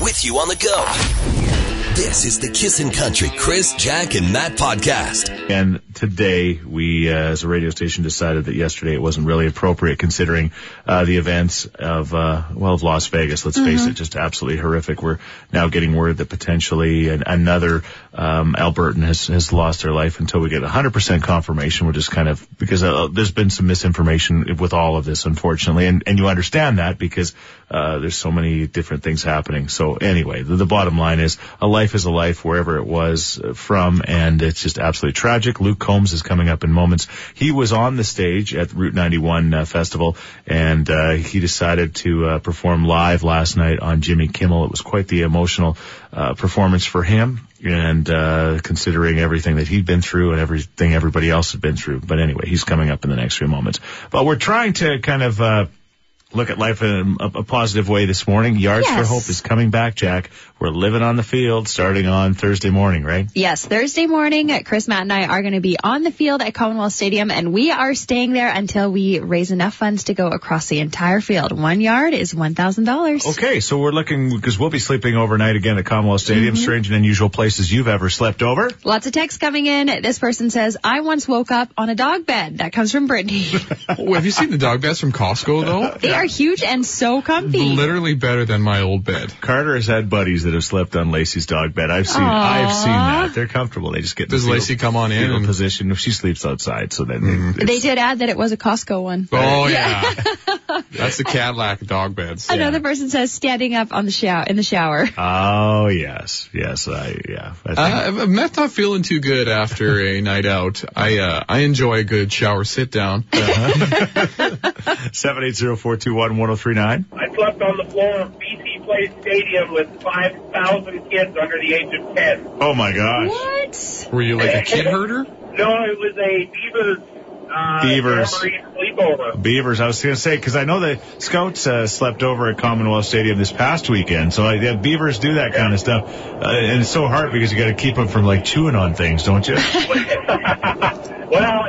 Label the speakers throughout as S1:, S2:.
S1: with you on the go. This is the Kissin' Country Chris, Jack, and Matt podcast.
S2: And today, we uh, as a radio station decided that yesterday it wasn't really appropriate considering uh, the events of uh, well of Las Vegas. Let's face it, just absolutely horrific. We're now getting word that potentially an, another um, Albertan has has lost their life. Until we get 100% confirmation, we're just kind of because uh, there's been some misinformation with all of this, unfortunately, and and you understand that because uh, there's so many different things happening. So anyway, the, the bottom line is a life is a life wherever it was uh, from, and it's just absolutely tragic. Luke Combs is coming up in moments. He was on the stage at Route 91 uh, Festival, and uh, he decided to uh, perform live last night on Jimmy Kimmel. It was quite the emotional uh, performance for him. And uh, considering everything that he'd been through and everything everybody else had been through, but anyway, he's coming up in the next few moments. But we're trying to kind of uh, look at life in a, a positive way this morning. Yards for
S3: Yes.
S2: Hope is coming back, Jack. We're living on the field starting on Thursday morning, right?
S3: Yes, Thursday morning, Chris, Matt, and I are going to be on the field at Commonwealth Stadium, and we are staying there until we raise enough funds to go across the entire field. One yard is $1,000.
S2: Okay, so we're looking because we'll be sleeping overnight again at Commonwealth Stadium.
S3: Mm-hmm.
S2: Strange and unusual places you've ever slept over.
S3: Lots of texts coming in. This person says, I once woke up on a dog bed. That comes from Brittany.
S4: Oh, have you seen the dog beds from Costco though?
S3: they are huge and so comfy.
S4: Literally better than my old bed.
S2: Carter has had buddies that have slept on Lacey's dog bed. I've seen, I've seen that. They're comfortable. They just get in
S4: Does
S2: the fetal-
S4: Lacey come on in
S2: fetal
S4: and- Mm-hmm.
S2: position. She sleeps outside, so then they,
S3: They did add that it was a Costco one.
S4: Oh yeah. That's the Cadillac dog beds.
S3: Another person says, standing up on the shower, in the shower.
S2: Oh yes, yes, I yeah. I think-
S4: Uh, I'm- I'm not not feeling too good after a night out. I uh, I enjoy a good shower sit down. Uh,
S2: 780-421-1039.
S5: I slept on the floor of BC Place Stadium with 5,000 kids under the age of 10.
S2: Oh my gosh.
S3: What?
S4: Were you like a kid herder?
S5: No, it was a Beavers. Uh,
S2: Beavers.
S5: memory Sleepover.
S2: Beavers. I was going to say because I know the Scouts uh, slept over at Commonwealth Stadium this past weekend, so like, yeah, Beavers do that kind of stuff, uh, and it's so hard because you got to keep them from like chewing on things, don't you?
S5: Well,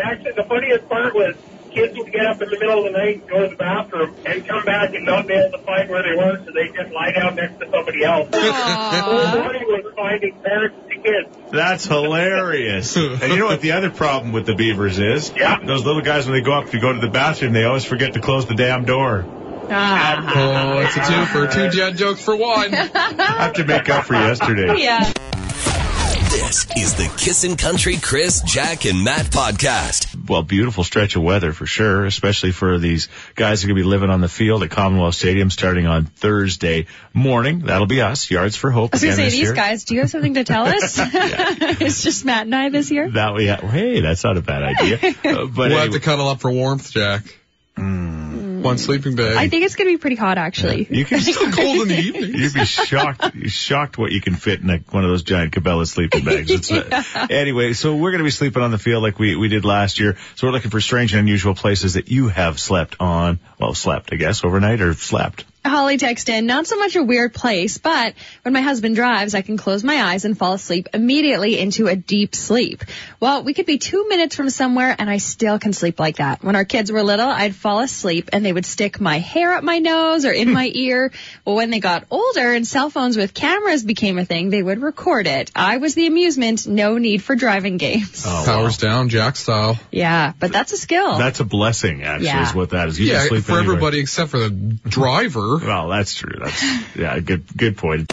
S5: actually, the funniest part was kids would get up in the middle of the night, go to the bathroom, and come back and not be able to find where they were, so they just lie down next to somebody else. The whole morning was finding parents to kids.
S2: That's hilarious. and you know what the other problem with the Beavers is?
S5: Yeah.
S2: Those little guys when they go up to go to the bathroom, they always forget to close the damn door.
S3: Ah.
S4: Oh, it's a two for two dad jokes for one.
S2: I have to make up for yesterday.
S3: Yeah.
S1: This is the Kissin' Country Chris, Jack, and Matt podcast.
S2: Well, beautiful stretch of weather for sure, especially for these guys who are going to be living on the field at Commonwealth Stadium starting on Thursday morning. That'll be us, Yards for Hope.
S3: I was going
S2: again
S3: to say,
S2: this
S3: these
S2: year.
S3: guys, do you have something to tell us? it's just Matt and I this year.
S2: That we yeah, hey, that's not a bad idea. Uh, but
S4: We'll have
S2: anyway,
S4: to cuddle up for warmth, Jack. One sleeping bag.
S3: Hmm. I think it's going to be pretty hot, actually.
S2: you can
S4: Still cold in the evening.
S2: You'd be shocked, you're shocked what you can fit in a, one of those giant Cabela sleeping bags. It's, uh, anyway, so we're going to be sleeping on the field like we, we did last year. So we're looking for strange and unusual places that you have slept on. Well, slept, I guess, overnight or slept.
S3: Holly texted in, not so much a weird place, but when my husband drives, I can close my eyes and fall asleep immediately into a deep sleep. Well, we could be two minutes from somewhere and I still can sleep like that. When our kids were little, I'd fall asleep and they would stick my hair up my nose or in my ear. Well, when they got older and cell phones with cameras became a thing, they would record it. I was the amusement, no need for driving games.
S4: Powers down, Jack style.
S3: Yeah, but that's a skill.
S2: Oh. That's a blessing, actually,
S3: Yeah.
S2: is what that is. You can
S4: yeah, for
S2: sleep anywhere.
S4: everybody except for the driver.
S2: Well, that's true. That's, yeah, good, good point.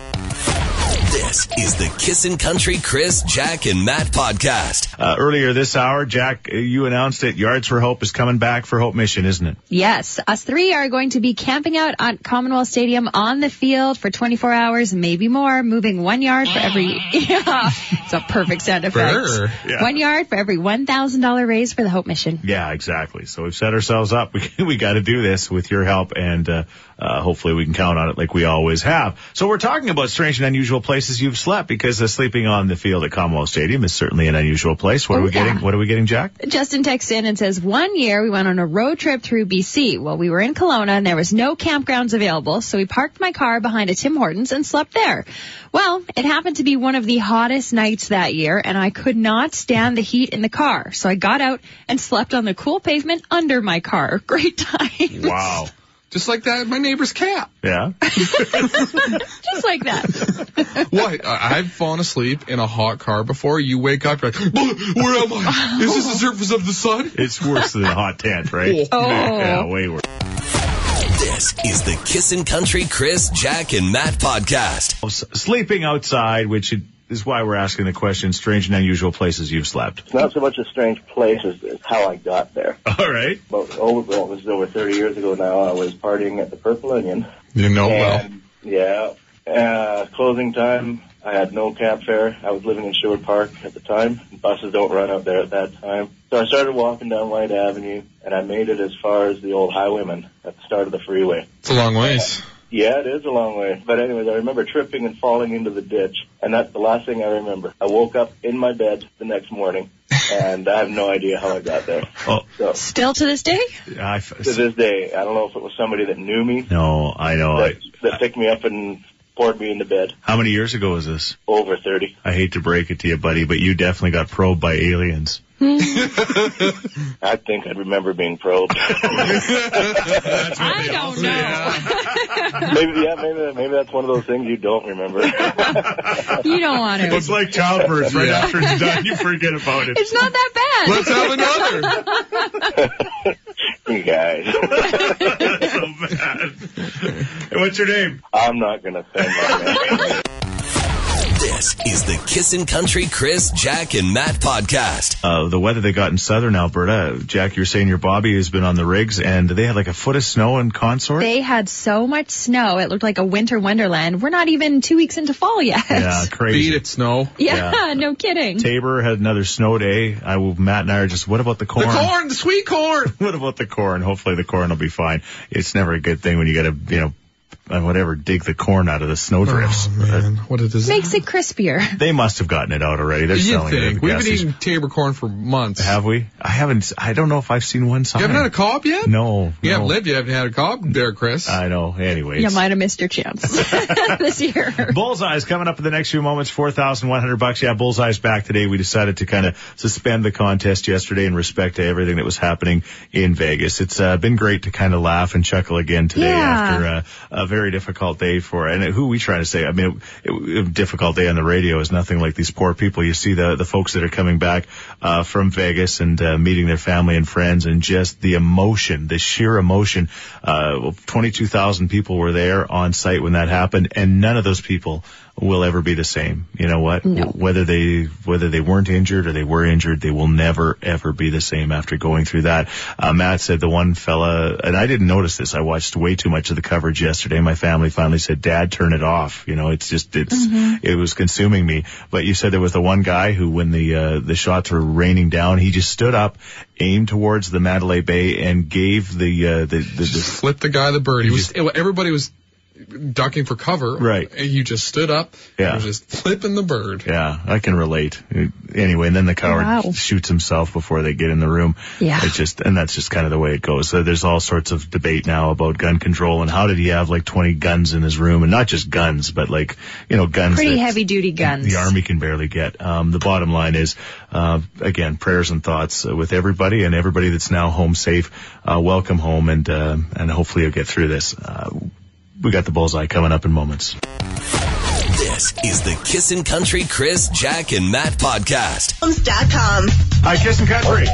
S1: This is the Kissin' Country Chris, Jack, and Matt podcast.
S2: Uh, earlier this hour, Jack, uh, you announced that Yards for Hope is coming back for Hope Mission, isn't it?
S3: Yes, us three are going to be camping out at Commonwealth Stadium on the field for 24 hours, maybe more, moving one yard for every. Yeah, it's a perfect sound effect.
S4: Brr.
S2: Yeah.
S3: One yard for every $1,000 raise for the Hope Mission.
S2: Yeah, exactly. So we've set ourselves up. We, we got to do this with your help, and uh, uh, hopefully we can count on it like we always have. So we're talking about strange and unusual places you've slept because uh, sleeping on the field at Commonwealth Stadium is certainly an unusual place. What are
S3: Oh,
S2: we
S3: yeah.
S2: getting? What are we getting, Jack?
S3: Justin texts in and says, one year we went on a road trip through BC. Well, we were in Kelowna and there was no campgrounds available, so we parked my car behind a Tim Hortons and slept there. Well, it happened to be one of the hottest nights that year and I could not stand the heat in the car, so I got out and slept on the cool pavement under my car. Great time.
S2: Wow.
S4: Just like that, my neighbor's cat.
S2: Yeah.
S3: Just like that.
S4: What? I- I've fallen asleep in a hot car before. You wake up, you're like, "Bleh, where am I? Is this the surface of the sun?
S2: It's worse than a hot tent, right?
S3: Oh.
S2: Yeah, way worse.
S1: This is the Kissin' Country Chris, Jack, and Matt podcast.
S2: S- Sleeping outside, which is why we're asking the question, strange and unusual places you've slept.
S6: Not so much a strange place as as how I got there.
S2: All right.
S6: About over, well, it was over 30 years ago now. I was partying at the Purple Onion.
S4: You know well.
S6: And, yeah. Uh, closing time. I had no cab fare. I was living in Sherwood Park at the time. Buses don't run out there at that time. So I started walking down White Avenue, and I made it as far as the old highwayman at the start of the freeway.
S4: It's a long ways.
S6: Yeah, it is a long way. But anyways, I remember tripping and falling into the ditch, and that's the last thing I remember. I woke up in my bed the next morning, and I have no idea how I got there.
S2: Oh,
S6: So to
S3: Still to this day?
S2: I f-
S6: this day, I don't know if it was somebody that knew me
S2: no, I know. I,
S6: that, that picked me up and poured me into bed.
S2: how many years ago was this?
S6: Over thirty,
S2: I hate to break it to you, buddy, but you definitely got probed by aliens.
S6: I think I remember being probed.
S3: I don't know.
S6: maybe yeah, maybe maybe that's one of those things you don't remember.
S3: You don't want to.
S2: It's like childbirth. Right
S4: Yeah.
S2: after it's done, you forget about it.
S3: It's not that bad.
S4: Let's have another.
S6: you guys,
S2: That's so bad. Hey, What's your name?
S6: I'm not gonna say my name.
S1: This is the Kissin' Country Chris, Jack, and Matt podcast.
S2: Uh, the weather they got in southern Alberta, Jack, you're saying your Bobby has been on the rigs and they had like a foot of snow in consort?
S3: They had so much snow, it looked like a winter wonderland. We're not even two weeks into fall yet.
S2: yeah,
S4: Beat
S2: crazy.
S4: it, snow.
S3: Yeah,
S2: Yeah.
S3: no kidding.
S2: Tabor had another snow day. I will, Matt and I are just, what about the
S4: The
S2: corn?
S4: corn, the sweet corn.
S2: What about the corn? Hopefully the corn will be fine. It's never a good thing when you gotta, you know, uh, whatever, dig the corn out of the snowdrifts.
S4: Oh man, what a disaster.
S3: Makes it crispier.
S2: They must have gotten it out already. They're
S4: You
S2: selling it. at
S4: think
S2: the
S4: we've
S2: gas
S4: been
S2: station.
S4: eating Tabor corn for months?
S2: Have we? I haven't, I don't know if I've seen one sign.
S4: you haven't had a cob yet?
S2: No.
S4: You
S2: no.
S4: haven't lived. You haven't had a cob there, Chris.
S2: I know. Anyways.
S3: You might have missed your chance this year.
S2: Bullseye's coming up in the next few moments. Four thousand one hundred bucks. Yeah, Bullseye's back today. We decided to kind of suspend the contest yesterday in respect to everything that was happening in Vegas. It's uh, been great to kind of laugh and chuckle again today
S3: Yeah.
S2: after uh, a very difficult day for. And who are we trying to say? I mean, it, it- a difficult day on the radio is nothing like these poor people. You see the the folks that are coming back uh, from Vegas and uh, meeting their family and friends, and just the emotion, the sheer emotion. Uh, well, 22,000 people were there on site when that happened, and none of those people will ever be the same. You know what? Whether they whether they weren't injured or they were injured, they will never ever be the same after going through that. Uh, Matt said the one fella, and I didn't notice this. I watched way too much of the coverage yesterday. My family finally said, "Dad, turn it off." You know, it's just it's it was consuming me. But you said there was the one guy who, when the uh, the shots were raining down, he just stood up, aimed towards the Mandalay Bay, and gave the uh, the, the, the
S4: just flipped the guy the bird. He was everybody was ducking for cover.
S2: Right.
S4: And you just stood up.
S2: Yeah.
S4: And was just flipping the bird.
S2: Yeah, I can relate. Anyway, and then the coward
S3: Wow.
S2: shoots himself before they get in the room.
S3: Yeah.
S2: It's just, and that's just kind of the way it goes. So there's all sorts of debate now about gun control and how did he have like 20 guns in his room and not just guns, but like, you know, guns.
S3: Pretty
S2: that-
S3: heavy duty guns.
S2: the army can barely get. Um, the bottom line is, uh, again, prayers and thoughts uh, with everybody and everybody that's now home safe. Uh, welcome home, and uh, and hopefully you'll get through this. Uh, we got the bullseye coming up in moments.
S1: This is the Kissin' Country Chris, Jack, and Matt podcast.
S7: Homes.com.
S2: Hi, Kiss and Country.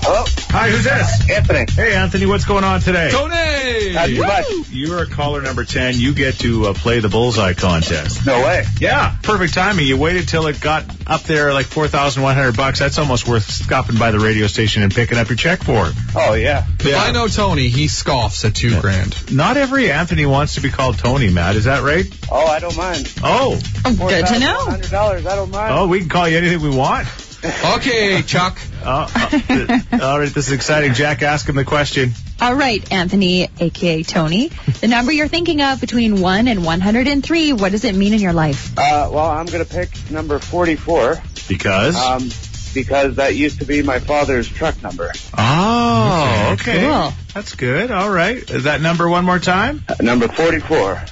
S2: Hello. Hi, who's this?
S6: Anthony,
S2: Hey, Anthony, what's going on today?
S4: Tony!
S6: not too much.
S2: You're a caller number 10. You get to uh, play the bullseye contest.
S6: No way.
S2: Yeah, perfect timing. You waited till it got up there like 4,100 bucks. That's almost worth stopping by the radio station and picking up your check for.
S6: Oh yeah.
S4: If I know Tony, he scoffs at two grand.
S2: Not every Anthony wants to be called Tony, Matt. Is that right?
S6: Oh, I don't mind.
S2: Oh,
S3: Good to know.
S6: Hundred dollars. I don't mind.
S2: oh, we can call you anything we want.
S4: Okay, Chuck.
S2: Uh, uh, th- all right, this is exciting. Jack, ask him the question.
S3: All right, Anthony, aka Tony. The number you're thinking of between 1 and 103, what does it mean in your life?
S8: Uh, well, I'm going to pick number 44
S2: Because?
S8: um, because that used to be my father's truck number.
S2: oh, okay.
S3: Cool.
S2: That's good. All right. Is that number one more time?
S8: Uh, number 44.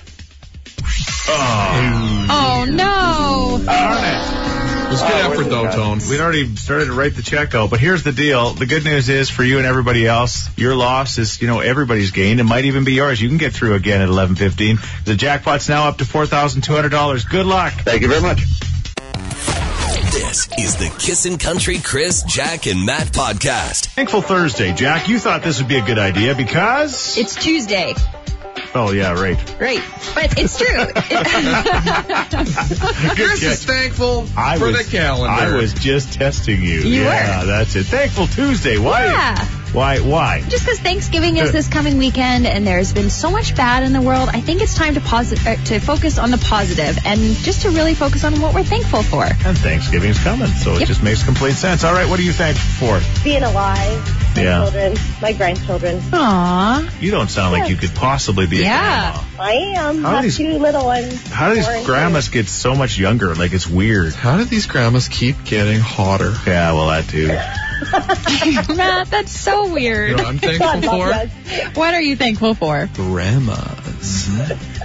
S2: Oh,
S3: Oh no.
S2: darn it.
S4: It was good
S8: Uh,
S4: effort, though,
S8: where's it
S4: Tone.
S2: We'd already started to write the check out, but here's the deal. The good news is for you and everybody else, your loss is, you know, everybody's gain. It might even be yours. You can get through again at 11:15. The jackpot's now up to $4,200. Good luck.
S8: Thank you very much.
S1: This is the Kissin' Country Chris, Jack, and Matt podcast.
S2: Thankful Thursday, Jack. You thought this would be a good idea because
S3: It's Tuesday.
S2: Oh yeah, right.
S3: Great. But it's true.
S4: Chris
S2: catch.
S4: is thankful
S2: I
S4: for
S2: was,
S4: the calendar.
S2: I was just testing you.
S3: You
S2: yeah, that's it. Thankful Tuesday. Why?
S3: Yeah.
S2: Why? Why?
S3: Just because Thanksgiving is this coming weekend and there's been so much bad in the world, I think it's time to, posit- uh, to focus on the positive and just to really focus on what we're thankful for.
S2: And Thanksgiving's coming, so it
S3: Yep.
S2: just makes complete sense. All right, what are you thankful for?
S7: Being alive, my
S2: Yeah.
S7: children, my grandchildren.
S3: Aww.
S2: You don't sound like you could possibly be.
S3: Yeah.
S2: A grandma.
S7: I am.
S2: How
S7: have
S2: these-
S7: two little ones.
S2: How do
S7: Four and
S2: these grandmas get so much younger? Like it's weird.
S4: How did these grandmas keep getting hotter?
S2: Yeah, well that too.
S3: Matt, that's so
S4: You know
S3: weird.
S4: what I'm
S7: two. God
S4: thankful for?
S7: love us.
S3: What are you thankful for?
S4: Grandmas.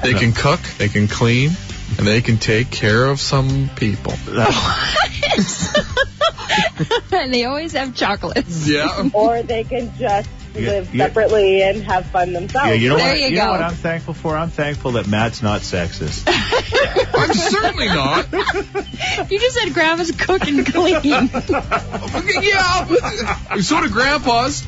S4: They can cook, they can clean, and they can take care of some people.
S3: and they always have chocolates.
S4: Yeah.
S7: Or they can just
S2: Yeah,
S7: live
S2: yeah.
S7: separately and have fun themselves.
S2: Yeah, you know
S3: There
S2: what?
S3: you
S2: know
S3: go.
S2: what I'm thankful for? I'm thankful that Matt's not sexist.
S4: I'm certainly not.
S3: You just said grandma's cook and clean.
S4: yeah. So do grandpas.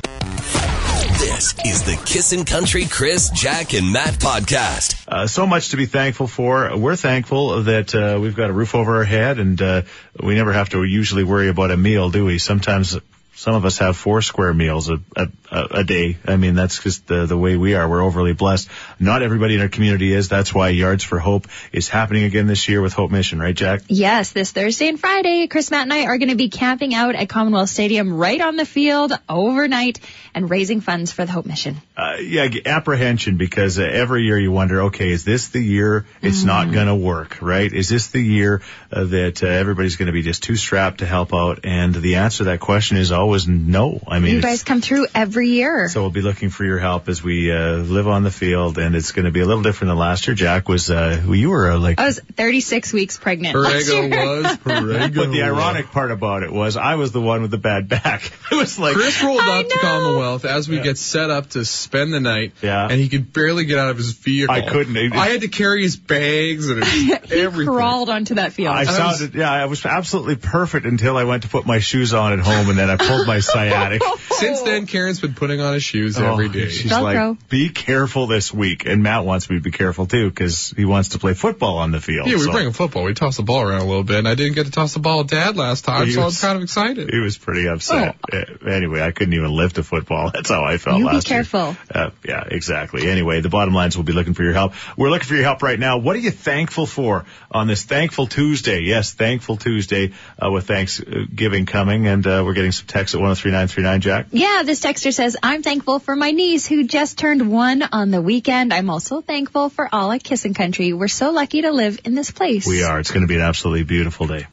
S1: This is the Kissin' Country Chris, Jack, and Matt podcast.
S2: Uh, so much to be thankful for. We're thankful that uh, we've got a roof over our head, and uh, we never have to usually worry about a meal, do we? Sometimes some of us have four square meals a, a, a a day. I mean, that's just the the way we are. We're overly blessed. Not everybody in our community is. That's why Yards for Hope is happening again this year with Hope Mission, right, Jack?
S3: Yes, this Thursday and Friday, Chris Matt and I are going to be camping out at Commonwealth Stadium right on the field overnight and raising funds for the Hope Mission.
S2: uh, yeah, g- apprehension because uh, every year you wonder, okay, is this the year it's
S3: Mm-hmm.
S2: not going to work, right? Is this the year uh, that uh, everybody's going to be just too strapped to help out? And the answer to that question is always no. I mean,
S3: You
S2: it's-
S3: guys come through every year.
S2: so we'll be looking for your help as we uh, live on the field, and it's going to be a little different than last year. Jack was, uh, you were uh, like.
S3: I was 36 weeks pregnant. last
S4: Perego
S3: year.
S4: was. Perego
S2: But the
S4: was.
S2: ironic part about it was I was the one with the bad back. It was like
S4: Chris rolled
S3: I
S4: up to
S3: know.
S4: Commonwealth as we get set up to spend the night,
S2: Yeah.
S4: and he could barely get out of his vehicle.
S2: I couldn't. It-
S4: I had to carry his bags and his-
S3: He
S4: everything.
S3: crawled onto that field.
S2: I
S4: was-
S2: sounded, yeah, I was absolutely perfect until I went to put my shoes on at home, and then I pulled my sciatic.
S4: Since
S3: Oh.
S4: then, Karen's been putting on his shoes every
S2: Oh,
S4: day.
S2: She's
S3: Velcro.
S2: like, be careful this week. And Matt wants me to be careful too because he wants to play football on the field.
S4: Yeah, we
S2: so
S4: bring a football. We toss the ball around a little bit, and I didn't get to toss the ball to Dad last time,
S2: He
S4: so
S2: was-
S4: I'm kind of excited.
S2: He was pretty upset. Uh, Anyway, I couldn't even lift a football. That's how I felt
S3: Oh. You be
S2: last year.
S3: careful.
S2: Uh, yeah, exactly. Anyway, the bottom line is we'll be looking for your help. We're looking for your help right now. What are you thankful for on this Thankful Tuesday? Yes, Thankful Tuesday uh, with Thanksgiving coming, and uh, we're getting some texts at 103939, Jack.
S3: Yeah, this texter says, I'm thankful for my niece who just turned one on the weekend. I'm also thankful for all at Kissin' Country. We're so lucky to live in this place.
S2: We are. It's going to be an absolutely beautiful day.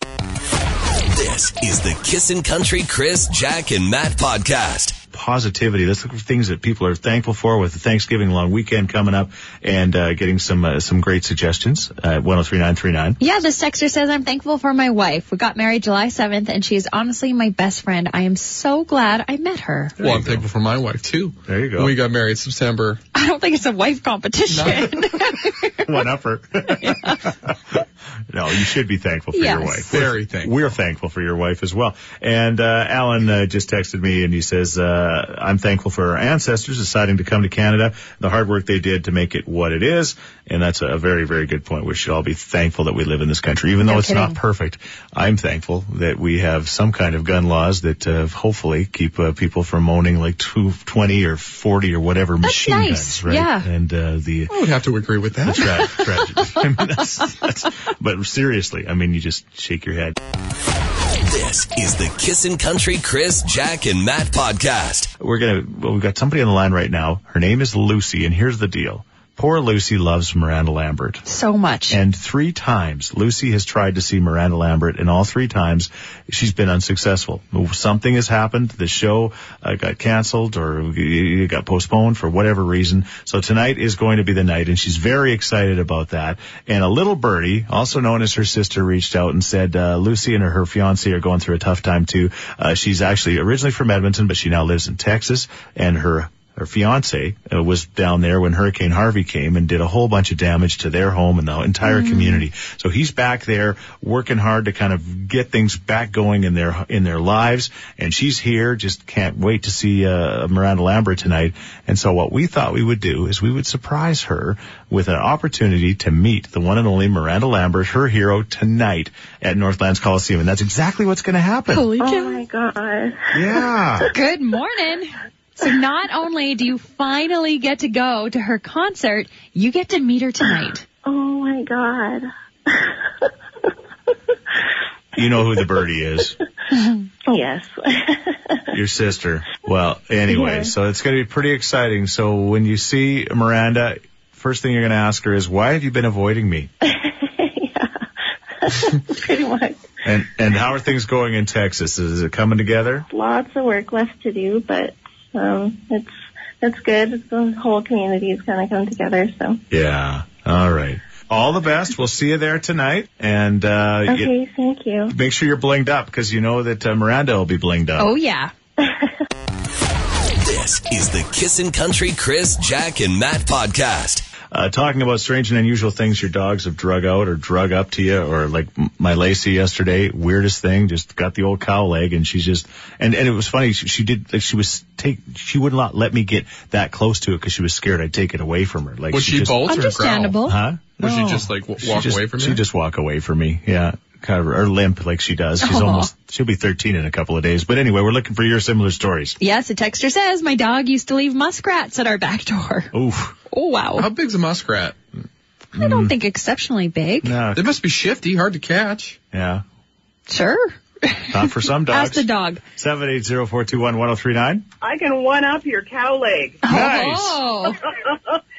S1: This is the Kissin' Country Chris, Jack, and Matt podcast.
S2: positivity. Let's look for things that people are thankful for with the Thanksgiving long weekend coming up and uh, getting some uh, some great suggestions at 103939.
S3: Yeah, this texter says, I'm thankful for my wife. We got married July 7th and she is honestly my best friend. I am so glad I met her.
S4: well, I'm thankful for my wife too.
S2: There you go.
S4: When we got married September.
S3: I don't think it's a wife competition.
S2: One upper. no, you should be thankful for your
S3: Yes.
S2: wife.
S4: Very thankful.
S2: We're thankful for your wife as well. And uh, Alan uh, just texted me and he says, uh, I'm thankful for our ancestors deciding to come to Canada, the hard work they did to make it what it is. And that's a very, very good point. We should all be thankful that we live in this country, even though
S3: No
S2: it's not
S3: kidding.
S2: perfect. I'm thankful that we have some kind of gun laws that uh, hopefully keep uh, people from owning like two, 20 or 40 or whatever machine
S3: nice.
S2: guns, right?
S3: Yeah.
S2: And uh, the
S4: I would have to agree with that.
S2: tra- tragedy. I mean, that's, that's, but seriously, I mean, you just shake your head.
S1: This is the Kissin' Country Chris, Jack, and Matt podcast.
S2: We're gonna. Well, we've got somebody on the line right now. Her name is Lucy, and here's the deal. Poor Lucy loves Miranda Lambert.
S3: So much.
S2: And three times Lucy has tried to see Miranda Lambert, and all three times she's been unsuccessful. Something has happened. The show uh, got canceled or it got postponed for whatever reason. So tonight is going to be the night, and she's very excited about that. And a little birdie, also known as her sister, reached out and said uh, Lucy and her, her fiance are going through a tough time too. Uh, she's actually originally from Edmonton, but she now lives in Texas, and her her fiance uh, was down there when Hurricane Harvey came and did a whole bunch of damage to their home and the entire community. So he's back there working hard to kind of get things back going in their in their lives. And she's here, just can't wait to see uh, Miranda Lambert tonight. And so what we thought we would do is we would surprise her with an opportunity to meet the one and only Miranda Lambert, her hero, tonight at Northlands Coliseum. And that's exactly what's going to happen.
S3: Holy cow.
S7: Oh my god.
S2: Yeah.
S3: Good morning. So not only do you finally get to go to her concert, you get to meet her tonight.
S7: Oh my god.
S2: You know who the birdie is.
S7: yes.
S2: Your sister. Well, anyway, so it's going to be pretty exciting. So when you see Miranda, first thing you're going to ask her is, why have you been avoiding me?
S7: Pretty much.
S2: And, and how are things going in Texas? Is it coming together?
S7: Lots of work left to do, but um it's it's good. The whole community is gonna come together, so
S2: Yeah. All right. All the best. We'll see you there tonight. And, uh, you-
S7: Okay, thank you.
S2: make sure you're blinged up because you know that uh, Miranda will be blinged up.
S3: Oh yeah.
S1: This is the Kissin' Country Chris, Jack, and Matt podcast.
S2: uh, talking about strange and unusual things your dogs have drug out or drug up to you, or like m- my Lacey yesterday, weirdest thing, just got the old cow leg and she's just, and, and it was funny, she, she did, like she was take, she would not let me get that close to it because she was scared I'd take it away from her. Like
S4: Was she,
S2: just,
S4: bolt or growl?
S3: Understandable.
S2: Huh?
S4: Or she just, like, w-
S2: She
S4: walk
S2: just-
S4: away from
S2: She
S4: you?
S2: just walk away from me. Yeah. Kind of, or limp like she does. She's
S3: Aw.
S2: almost, she'll be 13 in a couple of days. But anyway, we're looking for your similar stories.
S3: Yes, a texter says my dog used to leave muskrats at our back door.
S2: Oof.
S3: Oh wow.
S4: How big's a muskrat?
S3: I don't think exceptionally big.
S2: mm. No.
S4: They must be shifty, hard to catch.
S2: Yeah.
S3: Sure.
S2: Not for some dogs.
S3: Ask the dog.
S2: 780-421-1039.
S9: I can one up your cow leg.
S2: Nice.
S3: Oh.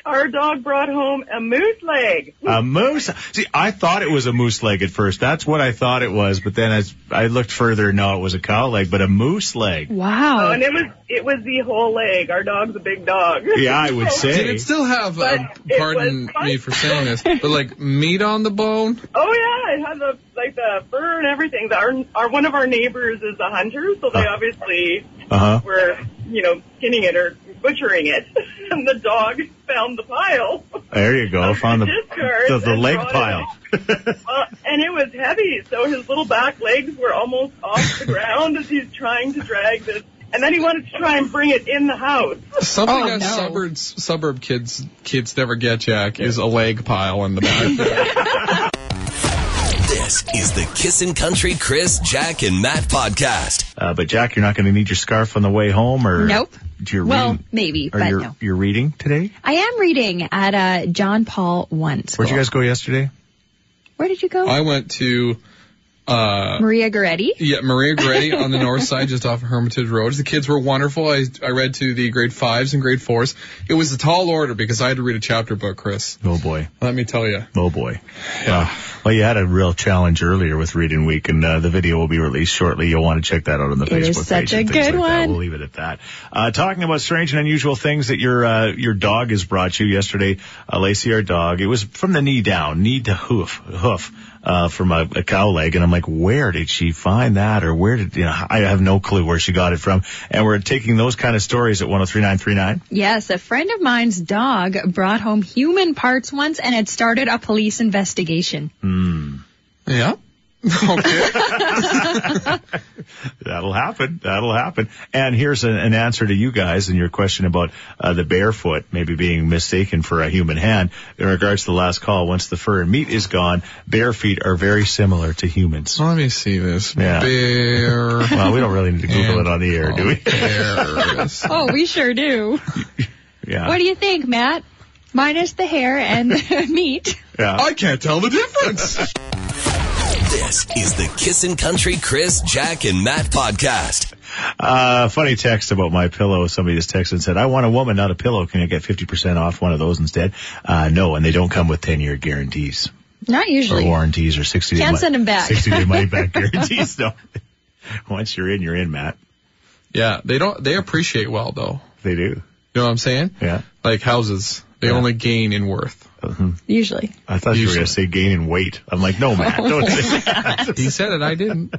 S9: Our dog brought home a moose leg.
S2: A moose. See, I thought it was a moose leg at first. That's what I thought it was. But then as I looked further, no, it was a cow leg, but a moose leg.
S9: Oh,
S3: Wow.
S9: and it was it was the whole leg. Our dog's a big dog.
S2: Yeah, I would
S4: Did
S2: say.
S4: it still have, uh,
S9: But it
S4: pardon
S9: was fun.
S4: me for saying this, but like meat on the bone?
S9: Oh yeah, it had the like the fur and everything. Our our one of our neighbors is a hunter, so they obviously
S2: Uh huh.
S9: were you know skinning it or butchering it, and the dog found the pile.
S2: There you go. Found the
S9: Discard
S2: the, the
S9: and
S2: leg
S9: brought it
S2: pile.
S9: Uh, and it was heavy, so his little back legs were almost off the ground as he's trying to drag this. And then he wanted to try and bring it in the house.
S4: Something
S3: Oh,
S4: us
S3: no.
S4: suburbs, suburb kids kids never get, Jack, is a leg pile in the back.
S1: This is the Kissin' Country Chris, Jack, and Matt podcast.
S2: Uh, but Jack, you're not going to need your scarf on the way home, or
S3: Nope.
S2: Do you
S3: Well,
S2: reading?
S3: maybe,
S2: Are
S3: but
S2: you
S3: no.
S2: you're reading today?
S3: I am reading at uh, John Paul one school.
S2: Where'd you guys go yesterday?
S3: Where did you go?
S4: I went to uh
S3: Maria Goretti.
S4: Yeah, Maria Gray on the north side, just off of Hermitage Road. The kids were wonderful. I, I read to the grade fives and grade fours. It was a tall order because I had to read a chapter book, Chris.
S2: Oh boy.
S4: Let me tell you.
S2: Oh boy. Wow. Well, you had a real challenge earlier with Reading Week, and uh, the video will be released shortly. You'll want to check that out on the
S3: It
S2: Facebook
S3: is such
S2: page. and things
S3: a good
S2: like that.
S3: one.
S2: We'll leave it at that. Uh, talking about strange and unusual things that your uh, your dog has brought you yesterday, uh, Lacey, our dog. It was from the knee down, knee to hoof, hoof. Uh, from a, a cow leg, and I'm like, where did she find that, or where did you know? I have no clue where she got it from. And we're taking those kind of stories at 103939.
S3: Yes, a friend of mine's dog brought home human parts once and had started a police investigation.
S2: Mm.
S4: Yeah. Okay.
S2: That'll happen. That'll happen. And here's an, an answer to you guys and your question about uh, the barefoot maybe being mistaken for a human hand. In regards to the last call, once the fur and meat is gone, bare feet are very similar to humans.
S4: so let me see this.
S2: Yeah.
S4: Bear.
S2: Well, we don't really need to Google
S4: and
S2: it on the air, do we?
S4: bears.
S3: Oh, we sure do.
S2: Yeah.
S3: What do you think, Matt? Minus the hair and the meat.
S2: yeah.
S4: I can't tell the difference.
S1: This is the Kissin' Country Chris, Jack, and Matt podcast.
S2: Uh, funny text about my pillow. Somebody just texted and said, I want a woman, not a pillow. Can I get 50% off one of those instead? Uh, no, and they don't come with 10 year guarantees
S3: Not
S2: or
S3: usually.
S2: warranties or 60 day
S3: Can't send 'em back.
S2: 60 day money back guarantees. No. Once you're in, you're in, Matt.
S4: Yeah, they don't. They appreciate well though.
S2: They do.
S4: You know what I'm saying?
S2: Yeah.
S4: Like houses, they
S2: Yeah.
S4: only gain in worth.
S3: Usually.
S2: I thought you were going
S4: Usually.
S2: to say gain in weight. I'm like, no, Matt, don't say that.
S4: He said it. I didn't.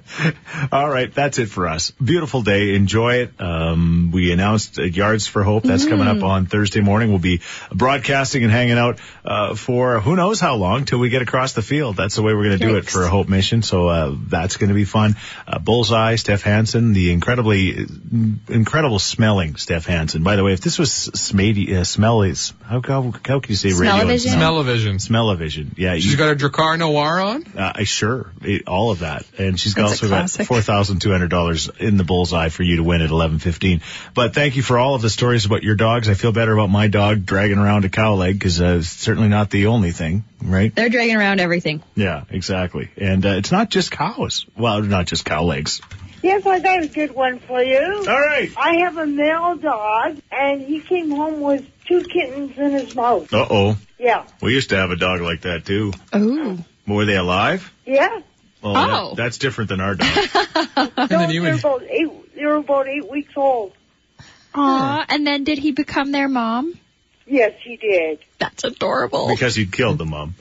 S2: All right, that's it for us. Beautiful day. Enjoy it. Um, we announced uh, Yards for Hope. That's coming
S3: Mm.
S2: up on Thursday morning. We'll be broadcasting and hanging out uh, for who knows how long till we get across the field. That's the way we're going to do it
S3: Yikes.
S2: for a Hope Mission. So uh, that's going to be fun. Uh, Bullseye, Steph Hansen, the incredibly incredible smelling Steph Hansen. By the way, if this was smelly, uh, smelly, how, how, how can you say radio?
S3: Smell-o-vision?
S4: Smell-o-vision.
S2: Smell-o-vision. Yeah,
S4: She's
S2: you-
S4: got her Dracar Noir on.
S2: uh, I- sure, it, all of that, and she's
S3: That's a
S2: also got
S3: classic.
S2: four thousand two hundred dollars in the bullseye for you to win at eleven fifteen. But thank you for all of the stories about your dogs. I feel better about my dog dragging around a cow leg because uh, it's certainly not the only thing, right?
S3: They're dragging around everything.
S2: Yeah, exactly. And uh, it's not just cows. Well, not just cow legs.
S10: Yes, I got a good one for you.
S2: All right.
S10: I have a male dog, and he came home with two kittens in his mouth.
S2: Uh oh,
S10: Yeah.
S2: we used to have a dog like that too.
S3: Oh.
S2: But Were they alive?
S10: Yeah.
S2: Well,
S3: Oh.
S2: that- that's different than our dog.
S4: And then you
S10: They're
S4: would.
S10: about eight. They're about eight weeks old.
S3: Aw, and then did he become their mom?
S10: Yes, he did.
S3: That's adorable.
S2: because he killed the mom.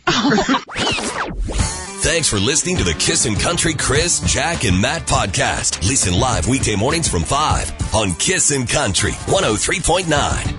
S1: Thanks for listening to the Kissin' Country Chris, Jack, and Matt oh podcast. Listen live weekday mornings from 5 on Kissin' Country 103.9.